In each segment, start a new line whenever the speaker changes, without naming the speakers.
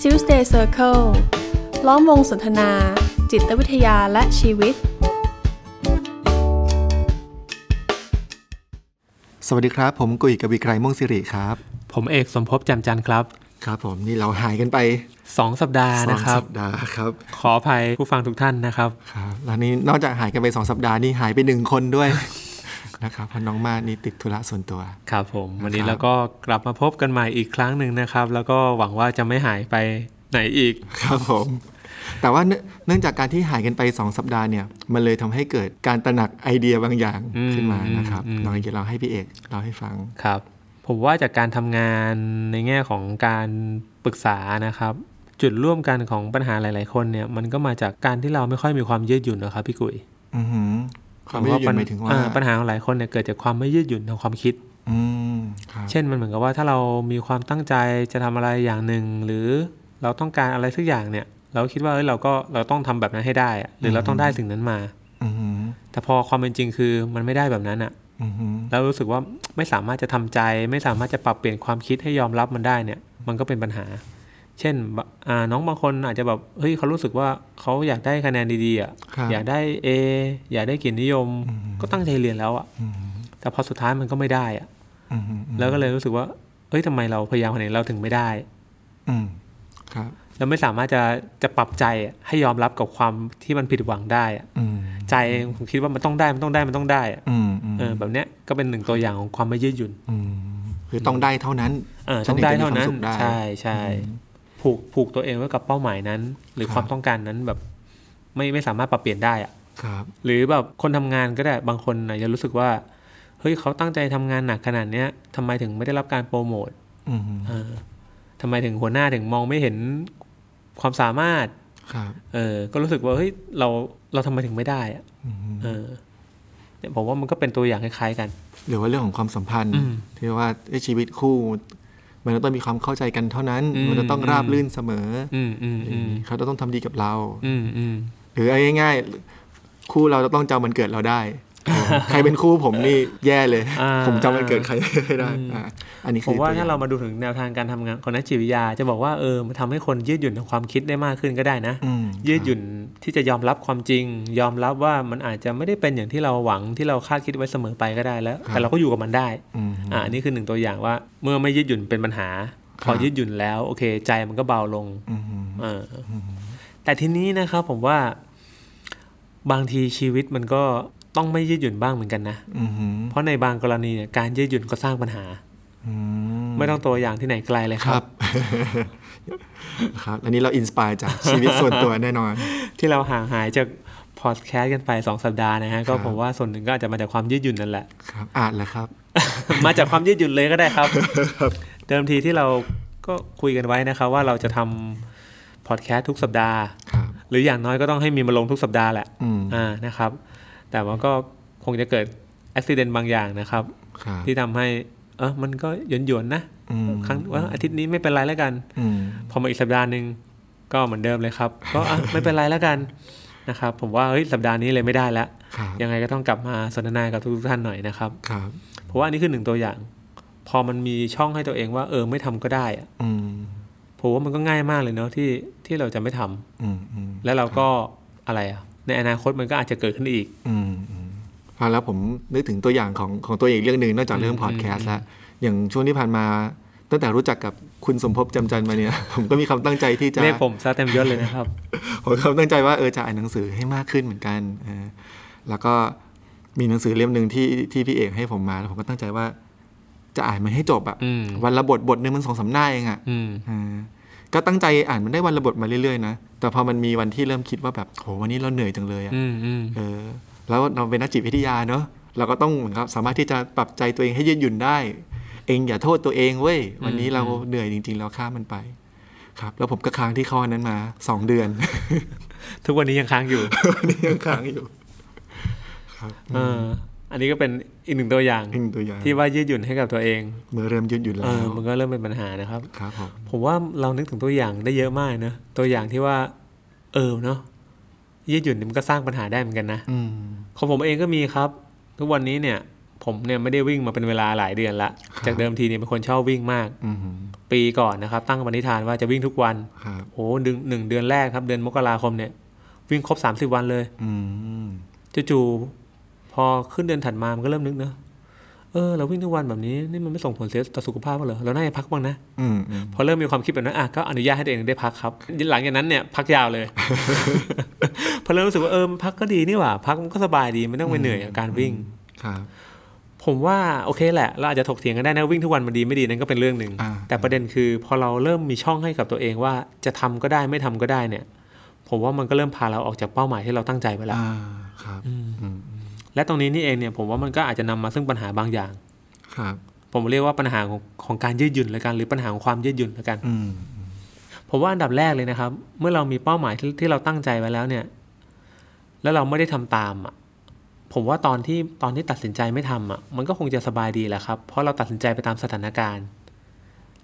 Tuesday Circle ล้อมวงสนทนา จิตวิทยาและชีวิต
สวัสดีครับ ผมกุยกบีไกรม่วงสิริครับ
ผมเอกสมภพแจำจันทร์ครับ
ครับผมนี่เราหายกันไป
2 สัปดาห์
สอง
นะครับ
สัปดาห์ครับ
ขออภัยผู้ฟังทุกท่านนะครับ
ครับแล้วนี้นอกจากหายกันไปสองสัปดาห์นี่หายไปหนึ่งคนด้วย นะครับเพราะน้องมาดนี่ติดธุระส่วนตัว
ครับผม วันนี้
ครับ
เราก็กลับมาพบกันใหม่อีกครั้งหนึ่งนะครับ แล้วก็หวังว่าจะไม่หายไปไหนอีก
ครับผม แต่ว่าเนื่องเนื่องจากการที่หายกันไปสองสัปดาห์เนี่ยมันเลยทำให้เกิดการตระหนักไอเดียบางอย่าง
อืม
ขึ้นมานะครับ
อืม
ลองเราให้พี่เอกเราให้ฟัง
ครับ ผมว่าจากการทำงานในแง่ของการปรึกษานะครับ จุดร่วมกันของปัญหาหลาย ๆ คนเนี่ย มันก็มาจากการที่เราไม่ค่อยมีความยืดหยุ่นนะครับพี่กุย
อือหือความไม่ยืดหยุ่นหมายถึงว่า
อ่ปัญหาของหลายคนเนี่ยเกิดจากความไม่ยืดหยุ่นทางความคิด
อืมครับ
เช่นมันเหมือนกับว่าถ้าเรามีความตั้งใจจะทำอะไรอย่างหนึ่ง หรือเราต้องการอะไรสักอย่างเนี่ย เราคิดว่าเอ้ยเราก็เราต้องทำแบบนั้นให้ได้อะหรือเราต้องได้สิ่งนั้นมา
อือหือ
แต่พอความเป็นจริงคือมันไม่ได้แบบนั้นอะ
อือหือ
แล้วรู้สึกว่าไม่สามารถจะทำใจ ไม่สามารถจะปรับเปลี่ยนความคิดให้ยอมรับมันได้เนี่ย มันก็เป็นปัญหา เช่นบะอ่าน้องบางคนอาจจะแบบเฮ้ยเขารู้สึกว่าเขาอยากได้คะแนนดีๆอะ
ครับ
อยากได้ A อยากได้เกียรตินิยม
อืม
ก็ตั้งใจเรียนแล้วอะ
อือหือ
แต่พอสุดท้ายมันก็ไม่ได้อะ
อือหืออือหือ
แล้วก็เลยรู้สึกว่า เอ้ยทำไมเราพยายามขนาดนี้เราถึงไม่ได้
อืมครับ
เราไม่สามารถจะจะปรับใจอะให้ยอมรับกับความที่มันผิดหวังได้อะ
อืม
ใจผมคิดว่ามันต้องได้มันต้องได้มันต้องได้อะ
อืมอืม
เออแบบเนี้ยก็เป็นหนึ่งตัวอย่างของความไม่ยืดหยุ่น
มคือต้องได้เท่านั้น
เออ
ฉั
ต้
นถึ
อง
ง
ได้
จะมีค
เท่า
วาม
นั้น
สุขได้
ใช่ใช่ผูกผูกตัวเองไว้กับเป้าหมายนั้น หรื
ค
อ
รับ
ความต้องการนั้นแบบไม่ไม่สามารถปรับเปลี่ยนได้อะ
ครับ
หรือแบบคนทำงานก็ได้บางคนอาจจะรู้สึกว่าเฮ้ยเขาตั้งใจทำงานหนักขนาดเนี้ยทำไมถึงไม่ได้รับการโปรโมท
อืม
เออทำไมถึงหัวหน้าถึงมองไม่เห็นความสามารถ
ครับ
เออ ก็รู้สึกว่าเฮ้ยเราเราทำไมถึงไม่ได้อะ
อืม
เออเนี่ยผมว่ามันก็เป็นตัวอย่างคล้ายๆกัน
หรือว่าเรื่องของความสัมพันธ์
อืม
ที่ว่าเอ้ยชีวิตคู่ มันต้องมีความเข้าใจกันเท่านั้น
อืม
มันจะต้องราบรื่นเสมอ
อืมอืม
อ
อืม
เขาจะต้องทำดีกับเรา
อืมอืม
หรือเอาง่ายๆ คู่เราจะต้องจำวันเกิดเรา ได้ ใครเป็นคู่ผมนี่แย่เลย
อ่า
ผมจำวันเกิดใครไม่ได้อ่าอันนี้
ผ
คือ
มว่า
ตัวอย่
ถ้าง เรามาดูถึงแนวทางการทำงานของนักจิตวิทยา จะบอกว่าเออมันทำให้คนยืดหยุ่นทางความคิดได้มากขึ้นก็ได้นะ
อืม
ยืดหยุ่นที่จะยอมรับความจริง ยอมรับว่ามันอาจจะไม่ได้เป็นอย่างที่เราหวังที่เราคาดคิดไว้เสมอไปก็ได้แล้ว
ครับ
แต่เราก็อยู่กับมันได้
อืม
อ่าอันนี้คือหนึ่งตัวอย่างว่าเมื่อไม่ยืดหยุ่นเป็นปัญหา
ค
พ
รับ
อยืดหยุ่นแล้วโอเค ใจมันก็เบาลง
อืม
เอออแต่ทีนี้นะครับผมว่าบางทีชีวิตมันก็ต้องไม่ยืดหยุ่นบ้างเหมือนกันนะ
อืม
เพราะในบางกรณีเนี่ยการยืดหยุ่นก็สร้างปัญหา
อืม
ไม่ต้องตัวอย่างที่ไหนไกลเลย
ค
ครั
รับ บ ครับ อันนี้เราอินสปายจากชีวิตส่วนตัวแน่นอน
ที่เราห่างหายจากพอดแคสต์กันไปสองสัปดาห์นะฮะก็
ครับ
ผมว่าส่วนหนึ่งก็อาจจะมาจากความยืดหยุ่นนั่นแหละ
ครับ อ่านแล้วครับ
มาจากความยืดหยุ่นเลยก็ได้ครับ เดิมทีที่เราก็คุยกันไว้นะครับ ว่าเราจะทำพอดแคสต์ทุกสัปดาห์
ครับ
หรืออย่างน้อยก็ต้องให้มีมาลงทุกสัปดาห์แหละ
อืม
อ่า นะครับ แต่มันก็คงจะเกิดอุบิเหตุบางอย่างนะครับ
ครับ
ที่ทำให้ เออมันก็หยวนๆนะ
อืม
ครั้งว่าอาทิตย์นี้ไม่เป็นไรแล้วกัน
อืม
พอมาอีกสัปดาห์หนึ่งก็เหมือนเดิมเลยครับ ก็อ่ะไม่เป็นไรแล้วกันนะครับ ผมว่า เฮ้ย สัปดาห์นี้เลยไม่ได้ละ
ครับ
ยังไงก็ต้องกลับมาสนทนากับทุกๆท่านหน่อยนะครับ
ครับ
เพราะว่าอันนี่คือหนึ่งตัวอย่าง พอมันมีช่องให้ตัวเองว่า เออ ไม่ทำก็ได้อะ
อืม
ผมว่ามันก็ง่ายมากเลยเนาะที่ที่เราจะไม่ทำ
อืมอืม
แล้วเราก็อะไรอ่ะ ในอนาคตมันก็อาจจะเกิดขึ้นอีก
อืมอืมฟังแล้วผมนึกถึงตัวอย่างของของตัวเองเรื่องหนึ่งนอกจากเรื่องพอดแคสต์แล้ว อย่างช่วงที่ผ่านมา ตั้งแต่รู้จักกับคุณสมภพจำจันมาเนี่ย ผมก็มีความตั้งใจที่จะ
เรียกผมซะเต็มยศเลยนะครับ
ผมก็ตั้งใจว่าเออจะอ่านหนังสือให้มากขึ้นเหมือนกันเออแล้วก็มีหนังสือเล่มหนึ่งที่ที่พี่เอกให้ผมมาแล้วผมก็ตั้งใจว่า จะอ่านมันให้จบอะ
อืม
วันละบทบทหนึ่งมันสองสามหน้าเองอะ
อืม
เออก็ตั้งใจอ่านมันได้วันละบทมาเรื่อยๆนะแต่พอมันมีวันที่เริ่มคิดว่าแบบโหวันนี้เราเหนื่อยจังเลยอะ
อืมอืม
เออ แล้วเราเป็นนักจิตวิทยาเนอะเราก็ต้องเหมือนครับสามารถที่จะปรับใจตัวเองให้ยืดหยุ่นได้ เองอย่าโทษตัวเองเว้ยวันนี้เราเหนื่อยจริง ๆ เราข้ามมันไป ครับ แล้วผมก็ค้างที่ข้อนั้นมาสองเดือน
ทุกวันนี้ยังค้างอยู่
อันนี้ยังค้างอยู่ ครับ
เออ อันนี้ก็เป็นอีกหนึ่งตัวอย่าง
นี่คือตัวอย่าง
ที่ว่ายืดหยุ่นให้กับตัวเอง
เมื่อเริ่มยืดหยุ่น
เอ
แล้
อ
ว
มันก็เริ่มเป็นปัญหานะครับ
ครับผม
ผมว่าเรานึกถึงตัวอย่างได้เยอะมากนะ ตัวอย่างที่ว่า เออเนาะ ยืดหยุ่นนี่มันก็สร้างปัญหาได้เหมือนกันนะ
อืม
ของผมเองก็มีครับ ทุกวันนี้เนี่ย ผมเนี่ยไม่ได้วิ่งมาเป็นเวลาหลายเดือนละ จากเดิมทีเนี่ยเป็นคนชอบวิ่งมาก
อืม
ไป ปีก่อนนะครับ ตั้งปณิธานว่าจะวิ่งทุกวัน
ครับ
โอ้หนึ่งหนึ่งเดือนแรกครับ เดือนมกราคมเนี่ย วิ่งครบสามสิบวันเลย
อืม
จู่ๆพอขึ้นเดือนถัดมามันก็เริ่มนึกเนอะเออเราวิ่งทุกวันแบบนี้นี่มันไม่ส่งผลเสียต่อสุขภาพบ้างเหรอเราน่าจะพักบ้างนะ
อืมอืม
พอเริ่มมีความคิดแบบนั้นอ่ะก็อนุญาตให้ตัวเองได้พักครับหลังจากนั้นเนี่ยพักยาวเลย พอเริ่มรู้สึกว่าเออมันพักก็ดีนี่หว่าพักมันก็สบายดีไม่ต้องไปเหนื่อยกับการวิ่ง
ครับ
ผมว่าโอเคแหละเราอาจจะถกเถียงกันได้นะวิ่งทุกวันมันดีไม่ดีนั่นก็เป็นเรื่องหนึ่ง
อ่า
แต่ประเด็นคือพอเราเริ่มมีช่องให้กับตัวเองว่าจะทำก็ได้ไม่ทำก็ได้เนี่ย ผมว่ามันก็เริ่มพาเราออกจากเป้าหมายที่เราตั้งใจไปแล้ว
อ่าครับอืม
และตรงนี้นี่เองเนี่ยผมว่ามันก็อาจจะนำมาซึ่งปัญหาบางอย่าง
ครับ
ผมเรียกว่าปัญหาของของการยืดหยุ่นละกันหรือปัญหาของความยืดหยุ่นละกัน
อืม
ผมว่าอันดับแรกเลยนะครับ เมื่อเรามีเป้าหมายที่ที่เราตั้งใจไว้แล้วเนี่ย แล้วเราไม่ได้ทำตามอ่ะผมว่าตอนที่ตอนที่ตัดสินใจไม่ทำอ่ะมันก็คงจะสบายดีแหละครับ เพราะเราตัดสินใจไปตามสถานการณ์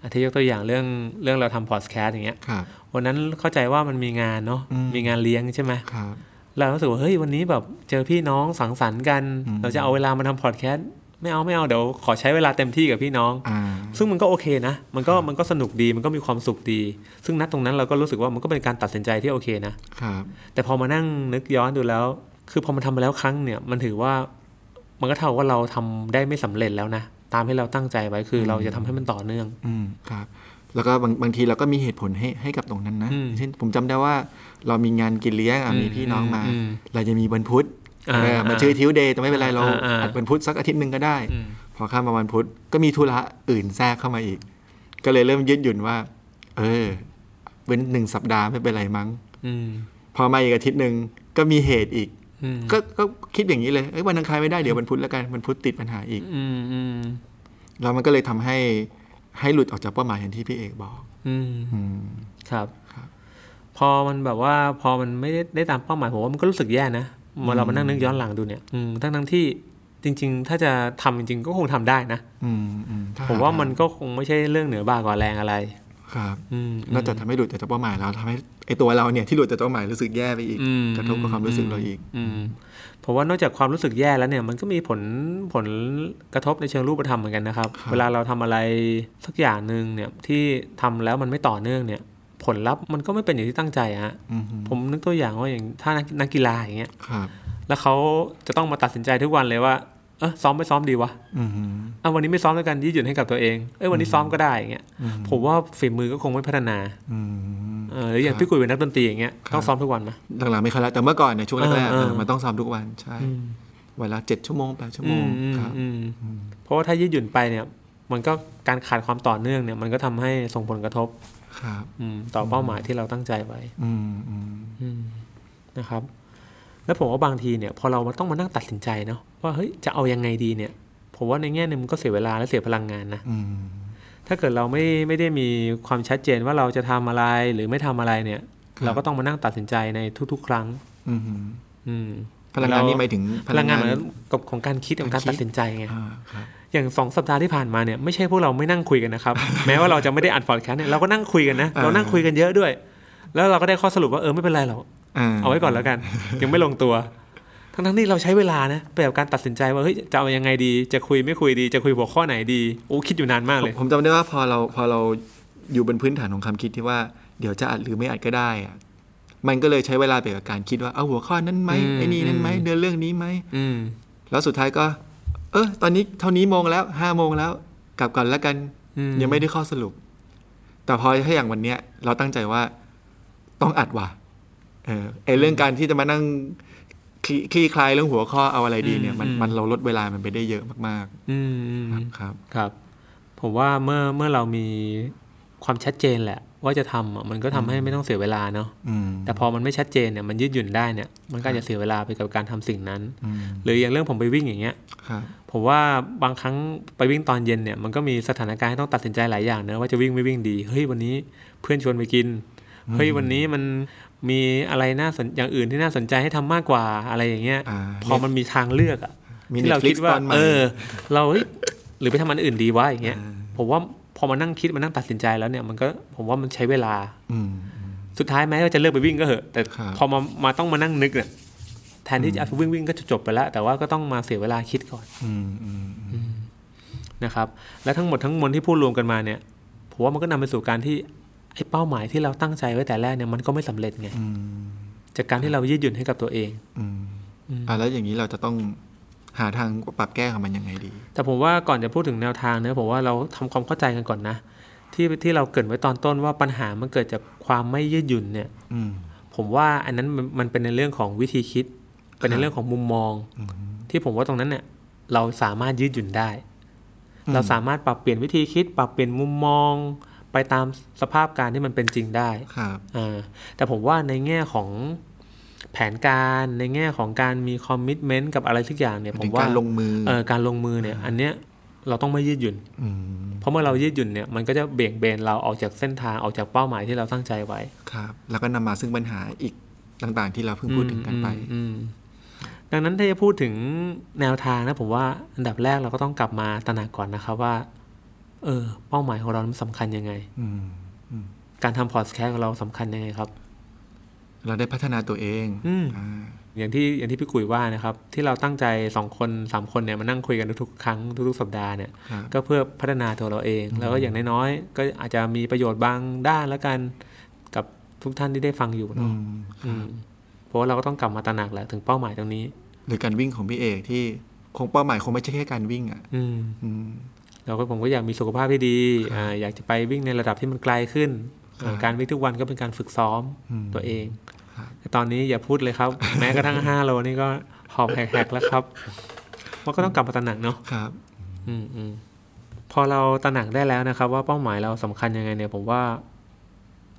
อาทิยกตัวอย่างเรื่องเรื่องเราทำพอดแคสต์อย่างเงี้ย
ครับ
วันนั้นเข้าใจว่ามันมีงานเนาะ
อืม
มีงานเลี้ยงใช่ไหม
ครับ
เรารู้สึกว่าเฮ้ยวันนี้แบบเจอพี่น้องสังสรรค์กัน
อืม
เราจะเอาเวลามาทำพอดแคสต์ไม่เอาไม่เอาเดี๋ยวขอใช้เวลาเต็มที่กับพี่น้อง
อ่า
ซึ่งมันก็โอเคนะ มันก็มันก็สนุกดี มันก็มีความสุขดี ซึ่งณตรงนั้นเราก็รู้สึกว่ามันก็เป็นการตัดสินใจที่โอเคนะ
ครับ
แต่พอมานั่งนึกย้อนดูแล้ว คือพอมันทำมาแล้วครั้งเนี่ย มันถือว่า มันก็เท่าว่าเราทำได้ไม่สำเร็จแล้วนะ ตามที่เราตั้งใจไว้คือเราจะทำให้มันต่อเนื่อง
อืมครับ แล้วก็บางบางทีเราก็มีเหตุผลให้ให้กับตรงนั้นนะ
อืม
เช่นผมจำได้ว่า เรามีงานกินเลี้ยงอ่ะ
อืม
มีพี่น้องมา
อืม
เราจะมีวันพุธ
อ่า
เออมาชื่อทิวเดย์แต่ไม่เป็นไรเรา
อ่าอ่า
อัดวันพุธสักอาทิตย์หนึ่งก็ได้ พอข้ามมาวันพุธก็มีธุระอื่นแทรกเข้ามาอีก ก็เลยเริ่มยืดหยุ่นว่า เออ เว้นหนึ่งสัปดาห์ไม่เป็นไรมั้ง
อืม
พอมาอีกอาทิตย์หนึ่งก็มีเหตุอีก
อืม
ก็ก็คิดอย่างนี้เลยเอ้ยวันอังคารไม่ได้เดี๋ยววันพุธแล้วกันวันพุธติดปัญหาอีก
อืมอืม
แล้วมันก็เลยทำให้ให้หลุดออกจากเป้าหมายอย่างที่พี่เอกบอก
อืม
อืม
ครับ
ครับ
พอมันแบบว่าพอมันไม่ได้ได้ตามเป้าหมายผมว่ามันก็รู้สึกแย่นะเมื่อเรามานั่งนึกย้อนหลังดูเนี่ยอืมทั้งทั้งๆที่จริง ๆ ถ้าจะทำจริงๆก็คงทำได้นะ
อืมอืมถ้ห
ผมว่ามันก็คงไม่ใช่เรื่องเหนือบ่ากว่าแรงอะไร
ครับ
อืม
นอกจากทำให้หลุดจากเป้าหมายแล้วทำให้ไอตัวเราเนี่ยที่หลุดจากเป้าหมายรู้สึกแย่ไปอีก
อืม
กระทบกับความรู้สึกเราอีก
อืมผมว่านอกจากความรู้สึกแย่แล้วเนี่ย มันก็มีผลผลกระทบในเชิงรูปธรรมเหมือนกันนะครับ
ครับ
เวลาเราทำอะไรสักอย่างหนึ่งเนี่ยที่ทำแล้วมันไม่ต่อเนื่องเนี่ย ผลลัพธ์มันก็ไม่เป็นอย่างที่ตั้งใจอะฮะ
อืม
ผมนึกตัวอย่างว่าอย่างถ้านักนักกีฬาอย่างเงี้ย
ครับ
แล้วเขาจะต้องมาตัดสินใจทุกวันเลยว่าเออซ้อมไม่ซ้อมดีวะ
อืม
อ่ะวันนี้ไม่ซ้อมแล้วกันยืดหยุ่นให้กับตัวเองเอ้ยวันนี้ซ้อมก็ได้อย่างเงี้ย
อืม
ผมว่าฝีมือก็คงไม่พัฒนา
อืม
เออหรืออย่างพี่กุยเป็นนักดนตรีอย่างเงี้ย
ครับ
ต้องซ้อมทุกวันไหม
หลังๆไม่ค่อยแล้วแต่เมื่อก่อนเนี่ยช่วงแรกๆ
เออเออ
เออมันต้องซ้อมทุกวันใช่วันละเจ็ดชั่วโมงแปดชั่วโมง
อืม
ครับ
อืมเพราะว่าถ้ายืดหยุ่นไปเนี่ย มันก็การขาดความต่อเนื่องเนี่ย มันก็ทำให้ส่งผลกระทบ
ครับ
อืมต่อเป้าหมายที่เราตั้งใจไว้
อืมอืม
อืมนะครับ แล้วผมว่าบางทีเนี่ย พอเรามาต้องมานั่งตัดสินใจเนาะว่าเฮ้ยจะเอายังไงดีเนี่ย ผมว่าในแง่หนึ่งมันก็เสียเวลาและเสียพลังงานนะ
อืม
ถ้าเกิดเราไม่ไม่ได้มีความชัดเจนว่าเราจะทำอะไรหรือไม่ทำอะไรเนี่ย เราก็ต้องมานั่งตัดสินใจในทุก ๆ ครั้ง
อืม
อืม
พลังงานนี่หมายถึง
พลังงานเหมือนกับของการคิดของการตัดสินใจไง
อ่าครับ
อย่างสองสัปดาห์ที่ผ่านมาเนี่ยไม่ใช่พวกเราไม่นั่งคุยกันนะครับ แม้ว่าเราจะไม่ได้อัดพอดแคสต์เนี่ยเราก็นั่งคุยกันนะ เรานั่งคุยกันเยอะด้วย แล้วเราก็ได้ข้อสรุปว่าเออไม่เป็นไรหรอกเอาไว้ก่อนแล้วกัน ยังไม่ลงตัว ทั้งทั้งๆที่เราใช้เวลานะไปกับการตัดสินใจว่าเฮ้ยจะเอายังไงดีจะคุยไม่คุยดีจะคุยหัวข้อไหนดีโอ้คิดอยู่นานมากเลย
ผมจำได้ว่าพอเราพอเราอยู่บนพื้นฐานของความคิดที่ว่าเดี๋ยวจะอัดหรือไม่อัดก็ได้อะมันก็เลยใช้เวลาไปกับการคิดว่าเอาหัวข้อนั้นไหม
อืม
ไอ้นี่นั้นไหม
อืม
เนื้อเรื่องนี้ไหม
อืม
แล้วสุดท้ายก็ เออตอนนี้เท่านี้โมงแล้วห้าโมงแล้ว กลับก่อนแล้วกัน
อืม
ยังไม่ได้ข้อสรุป แต่พอถ้าอย่างวันเนี้ย เราตั้งใจว่าต้องอัดว่ะเออไอเรื่องการที่จะมานั่งคลี่คลี่คลายเรื่องหัวข้อเอาอะไรดีเนี่ย มัน
อืม
มันเราลดเวลามันไปได้เยอะมาก
อืมอืม
ๆ ครับ
ครับ ผมว่าเมื่อเมื่อเรามีความชัดเจนแหละ ว่าจะทำอ่ะมันก็ทำให้ไม่ต้องเสียเวลาเนาะ
อืม
แต่พอมันไม่ชัดเจนเนี่ยมันยืดหยุ่นได้เนี่ยมันก็อาจจะเสียเวลาไปกับการทำสิ่งนั้น
อืม
หรืออย่างเรื่องผมไปวิ่งอย่างเงี้ย
ครับ
ผมว่าบางครั้งไปวิ่งตอนเย็นเนี่ยมันก็มีสถานการณ์ให้ต้องตัดสินใจหลายอย่างนะว่าจะวิ่งไม่วิ่งดีเฮ้ยวันนี้เพื่อนชวนไปกินเฮ้ยวันนี้มันมีอะไรน่าสนอย่างอื่นที่น่าสนใจให้ทำมากกว่าอะไรอย่างเงี้ย
อ่า
พอมันมีทางเลือกอะ
มี
ที่เราคิ
Netflix
ดว่า
ตอนใหม่
เออ เราเฮ้ยหรือไปทำอันอื่นดีวะอย่างเงี้ย
อ่า
ผมว่าพอมานั่งคิดมานั่งตัดสินใจแล้วเนี่ยมันก็ผมว่ามันใช้เวลา
ม
สุดท้ายแม้ว่าจะเลิกไปวิ่งก็เหอะ แต่
ครับ
พอมามาต้องมานั่งนึกเนี่ยแทนที่จะวิ่งวิ่งๆก็จบๆไปแล้ว แต่ว่าก็ต้องมาเสียเวลาคิดก่อน
อืมอืมอืม
นะครับและทั้งหมดทั้งมวลที่พูดรวมกันมาเนี่ย ผ ผมว่ามันก็นำไปสู่การที่ไอ้เป้าหมายที่เราตั้งใจไว้แต่แรกเนี่ยมันก็ไม่สำเร็จไง
อืม
จากการที่เรายืดหยุ่นให้กับตัวเอง
อืม
อืม
อ่าแล้วอย่างนี้เราจะต้องหาทางปรับแก้กับมันยังไงดี
แต่ผมว่าก่อนจะพูดถึงแนวทางเนี่ยผมว่าเราทำความเข้าใจกันก่อนนะ ที่ที่เราเกริดไว้ตอนต้นว่าปัญหามันเกิดจากความไม่ยืดหยุ่นเนี่ย
อืม
ผมว่าอันนั้นมันมันเป็นในเรื่องของวิธีคิด เป็นในเรื่องของมุมมอง
อืม
ที่ผมว่าตรงนั้นเนี่ยเราสามารถยืดหยุ่นได้ เราสามารถปรับเปลี่ยนวิธีคิด ปรับเปลี่ยนมุมมอง ไปตามสภาพการที่มันเป็นจริงได้
ครับ
อ่าแต่ผมว่าในแง่ของแผนการในแง่ของการมีคอมมิชเมนต์กับอะไรทุกอย่างเนี่ยผม
ถึง
ว่า
การลงมือ
เออการลงมือเนี่ยอันเนี้ยเราต้องไม่ยืดหยุ่น
ม
เพราะเมื่อเรายืดหยุ่นเนี่ยมันก็จะเบี่ยงเบนเราออกจากเส้นทางออกจากเป้าหมายที่เราตั้งใจไว้
ครับ แล้วก็นำมาซึ่งปัญหาอีกต่างๆ ที่เราเพิ่งพูดถึงกันไป
อืมอืมดังนั้นถ้าจะพูดถึงแนวทางนะผมว่าอันดับแรกเราก็ต้องกลับมาตระหนักก่อนนะครับว่า เออ เป้าหมายของเรามันสำคัญยังไง
อืมอืม
การทำพอดแคสต์ของเราสำคัญยังไงครับ
เราได้พัฒนาตัวเอง
อืม
อ่า
อย่างที่อย่างที่พี่กุยว่านะครับ ที่เราตั้งใจสองคนสามคนเนี่ยมานั่งคุยกันทุกๆครั้งทุกๆสัปดาห์เนี่ย
ครับ
ก็เพื่อพัฒนาตัวเราเอง แล้วก็อย่างน้อยๆก็อาจจะมีประโยชน์บางด้านแล้วกันกับทุกท่านที่ได้ฟังอยู่
อื
เนาะ
ม
อืมเพราะว่าเราก็ต้องกลับมาตระหนักแหละถึงเป้าหมายตรงนี้
หรือการวิ่งของพี่เอกที่คงเป้าหมายคงไม่ใช่แค่การวิ่งอ่ะ
อืม
อืม
เราก็ผมก็อยากมีสุขภาพที่ดีอ่าอยากจะไปวิ่งในระดับที่มันไกลขึ้น
ครับ
อ่าการวิ่งทุกวันก็เป็นการฝึกซ้อม
อืม
ตัวเอง
ครับ
แต่ตอนนี้อย่าพูดเลยครับ แม้กระทั่ง 5 โลนี่ก็หอบแหกๆแล้วครับมันก็ต้องกลับมาตระหนักเนาะ
ครับ
อืมอืมพอเราตระหนักได้แล้วนะครับ ว่าเป้าหมายเราสำคัญยังไงเนี่ย ผมว่า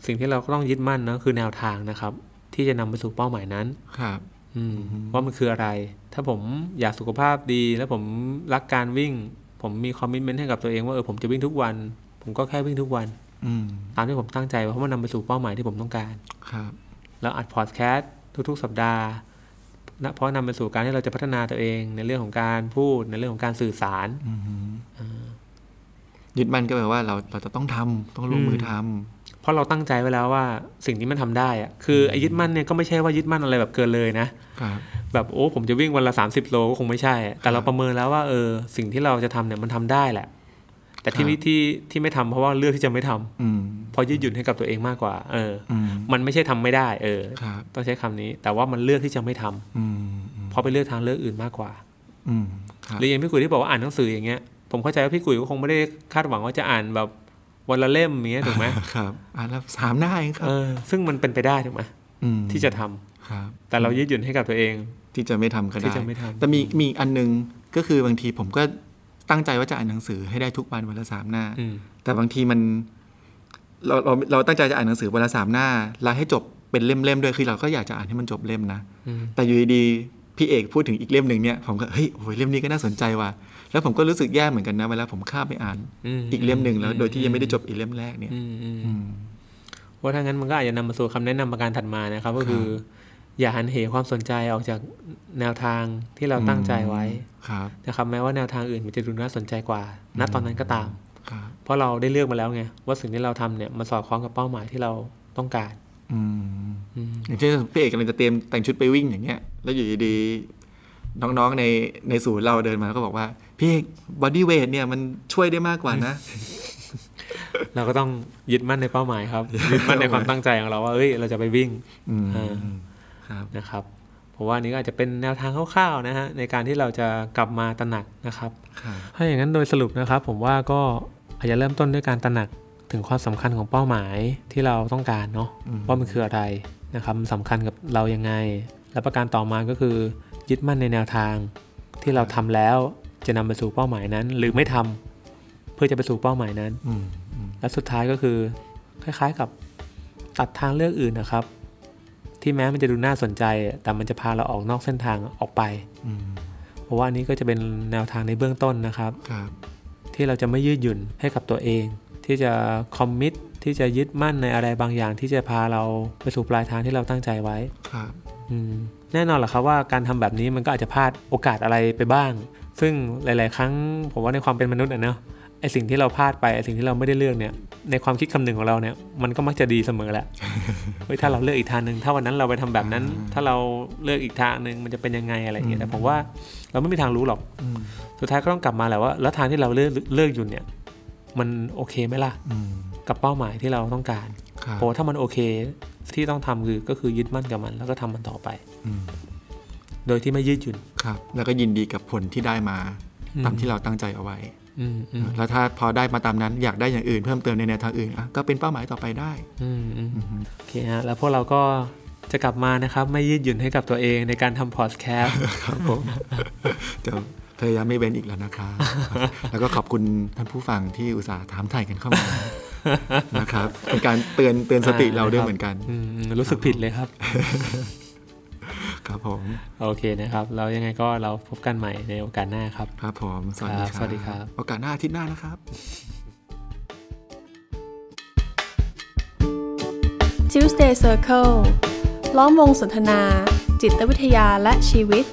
สิ่งที่เราก็ต้องยึดมั่นเนาะคือแนวทางนะครับ ที่จะนำไปสู่เป้าหมายนั้น
ครับ
อืม
อืม
ว่ามันคืออะไร ถ้าผมอยากสุขภาพดี แล้วผมรักการวิ่ง ผมมีคอมมิชเมนต์ให้กับตัวเองว่าเออผมจะวิ่งทุกวัน ผมก็แค่วิ่งทุกวัน
อืม
ตามที่ผมตั้งใจไว้เพราะมันนำไปสู่เป้าหมายที่ผมต้องการ
ครับ
แล้วอัดพอดแคสต์ทุกๆ สัปดาห์นะเพราะนำไปสู่การที่เราจะพัฒนาตัวเอง ในเรื่องของการพูดในเรื่องของการสื่อสาร
อืมยึดมั่นก็แปลว่าเราเราจะต้องทำต้องลงมือทำ
เพราะเราตั้งใจไว้แล้วว่าสิ่งนี้มันทำได้อะคือไอ้ยึดมั่นเนี่ยก็ไม่ใช่ว่ายึดมั่นอะไรแบบเกินเลยนะ
ครับ
แบบโอ้ผมจะวิ่งวันละ 30 โลก็คงไม่ใช่อะแต่เราประเมินแล้วว่าเออสิ่งที่เราจะทำเนี่ยมันทำได้แหละ แต่
ค
ที่
รับ
นี่ที่ที่ไม่ทำเพราะว่าเลือกที่จะไม่ทำ
อืม
เพราะยืดหยุ่นให้กับตัวเองมากกว่า เออ
อืม
มันไม่ใช่ทำไม่ได้ เออ
ครับ
ต้องใช้คำนี้ แต่ว่ามันเลือกที่จะไม่ทำ
อืมอืม
เพราะไปเลือกทางเลือกอื่นมากกว่า
อืมครับ
หรืออย่างพี่กุยที่บอกว่าอ่านหนังสืออย่างเงี้ยผมเข้าใจว่าพี่กุยก็คงไม่ได้คาดหวังว่าจะอ่านแบบวันละเล่มอย่างเงี้ยถูกไหม
ครับอ่ะแล้วสามหน้าเองครั
เอบอ ซึ่งมันเป็นไปได้ถูกไหม
ม
ที่จะทำ
ครับ
แต่เรายืดหยุ่นให้กับตัวเอง
ที่จะไม่ทำก็ได้
ที่จะไม่ทำ
แต่มีมีอีกอันหนึงก็คือบางทีผมก็ตั้งใจว่าจะอ่านหนังสือให้ได้ทุกวันวันละสามหน้า
อืม
แต่บางทีมันเราเราเราตั้งใจจะอ่านหนังสือวันละสามหน้าแล้วให้จบเป็นเล่มๆด้วยคือเราก็อยากจะอ่านให้มันจบเล่มนะ
อืม
แต่อยู่ดีๆพี่เอกพูดถึงอีกเล่มหนึ่งเนี่ยผมก็เฮ้ยโอ้ยเล่มนี้ก็น่าสนใจว่ะแล้วผมก็รู้สึกแย่เหมือนกันนะเวลาผมข้ามไปอ่าน
ม
อีกเล่มหนึ่งแล้วโดยที่ยังไม่ได้จบอีกเล่มแรกเนี่ย
อืมอืม
อืม
ว่าถ้างั้นมันก็อาจจะนำมาสู่คำแนะนำประการถัดมานะครับ ก็คือ อย่าหันเหความสนใจออกจากแนวทางที่เราตั้งใจไว้
ครับ
นะครับ แม้ว่าแนวทางอื่นมันจะดูน่าสนใจกว่า ณตอนนั้นก็ตาม
ครับ
เพราะเราได้เลือกมาแล้วไงว่าสิ่งที่เราทำเนี่ยมันสอดคล้องกับเป้าหมายที่เราต้องการ
อืม
อืม
อย่างเช่นพี่เอกกำลังจะเตรียมแต่งชุดไปวิ่งอย่างเงี้ย แล้วอยู่ดีๆน้องๆในในศูนย์เราเดินมาแล้วก็บอกว่า พี่เอกบอดี้เวทเนี่ยมันช่วยได้มากกว่านะ
เราก็ต้องยึดมั่นในเป้าหมาย ครับ ยึดมั่นในความตั้งใจของเราว่าเอ้ยเราจะไปวิ่ง
อืม
อ่า
ครับ
นะครับเพราะว่านี่ก็อาจจะเป็นแนวทางคร่าวๆนะฮะในการที่เราจะกลับมาตระหนักนะครับ
ครับ
ถ้าอย่างนั้นโดยสรุปนะครับผมว่าก็อาจจะเริ่มต้นด้วยการตระหนักถึงความสำคัญของเป้าหมายที่เราต้องการเนาะ
อืม
ว่ามันคืออะไรนะครับมันสำคัญกับเรายังไง และประการต่อมาก็คือ ยึดมั่นในแนวทาง ที่เราทำแล้วจะนำไปสู่เป้าหมายนั้น หรือไม่ทำเพื่อจะไปสู่เป้าหมายนั้น
อืมอืม
และสุดท้ายก็คือ คล้ายๆกับตัดทางเลือกอื่นนะครับ ที่แม้มันจะดูน่าสนใจ แต่มันจะพาเราออกนอกเส้นทางออกไป
อืม
เพราะว่าอันนี้ก็จะเป็นแนวทางในเบื้องต้นนะครับ
ครับ
ที่เราจะไม่ยืดหยุ่นให้กับตัวเอง ที่จะคอมมิตที่จะยึดมั่นในอะไรบางอย่าง ที่จะพาเราไปสู่ปลายทางที่เราตั้งใจไว้
ครับ
อืมแน่นอนแหละครับว่าการทำแบบนี้มันก็อาจจะพลาดโอกาสอะไรไปบ้าง ซึ่งหลาย ๆ ครั้งผมว่าในความเป็นมนุษย์อะเนาะไอสิ่งที่เราพลาดไปไอสิ่งที่เราไม่ได้เลือกเนี่ยในความคิดคำหนึ่งของเราเนี่ยมันก็มักจะดีเสมอแหละ เฮ้ยถ้าเราเลือกอีกทางหนึ่งถ้าวันนั้นเราไปทำแบบนั้น ถ้าเราเลือกอีกทางหนึ่งมันจะเป็นยังไงอะไรอย่างเงี้ยแต่ผมว่าเราไม่มีทางรู้หรอก
อืม
สุดท้ายก็ต้องกลับมาแหละว่าแล้วทางที่เราเลือกเลือกอยู่เนี่ย มันโอเคไหมล่ะ
อืม
กับเป้าหมายที่เราต้องการ
ครับ
โพถ้ามันโอเค ที่ต้องทำคือก็คือยึดมั่นกับมัน แล้วก็ทำมันต่อไป
อืม
โดยที่ไม่ยืดหยุ่น
ครับ แล้วก็ยินดีกับผลที่ได้มา
อืม
ตามที่เราตั้งใจเอาไว้
อืมอืม
แล้วถ้าพอได้มาตามนั้นอยากได้อย่างอื่นเพิ่มเติมในแนวทางอื่นอ่ะก็เป็นเป้าหมายต่อไปได้
อืมอืม
อือฮึ
โอเคฮะแล้วพวกเราก็จะกลับมานะครับ ไม่ยืดหยุ่นให้กับตัวเองในการทำพอดแคสต์
ครับผม จะพยายามไม่เว้นอีกแล้วนะครับ แล้วก็ขอบคุณท่านผู้ฟังที่อุตส่าห์ถามถ่ายกันเข้ามา นะครับเป็นการเตือนเตือนสติเราด้วยเหมือนกัน
อืมรู้สึกผิดเลยครับ
ครับผม
โอเคนะครับ แล้วยังไงก็เราพบกันใหม่ในโอกาสหน้าครับ
ครับผมสวัส
ครั
ดี
บ
ครับ
สวัสดีครับ
โอกาสหน้าอาทิตย์หน้านะครับ
Tuesday Circle ล้อมวงสนทนา จิตวิทยาและชีวิต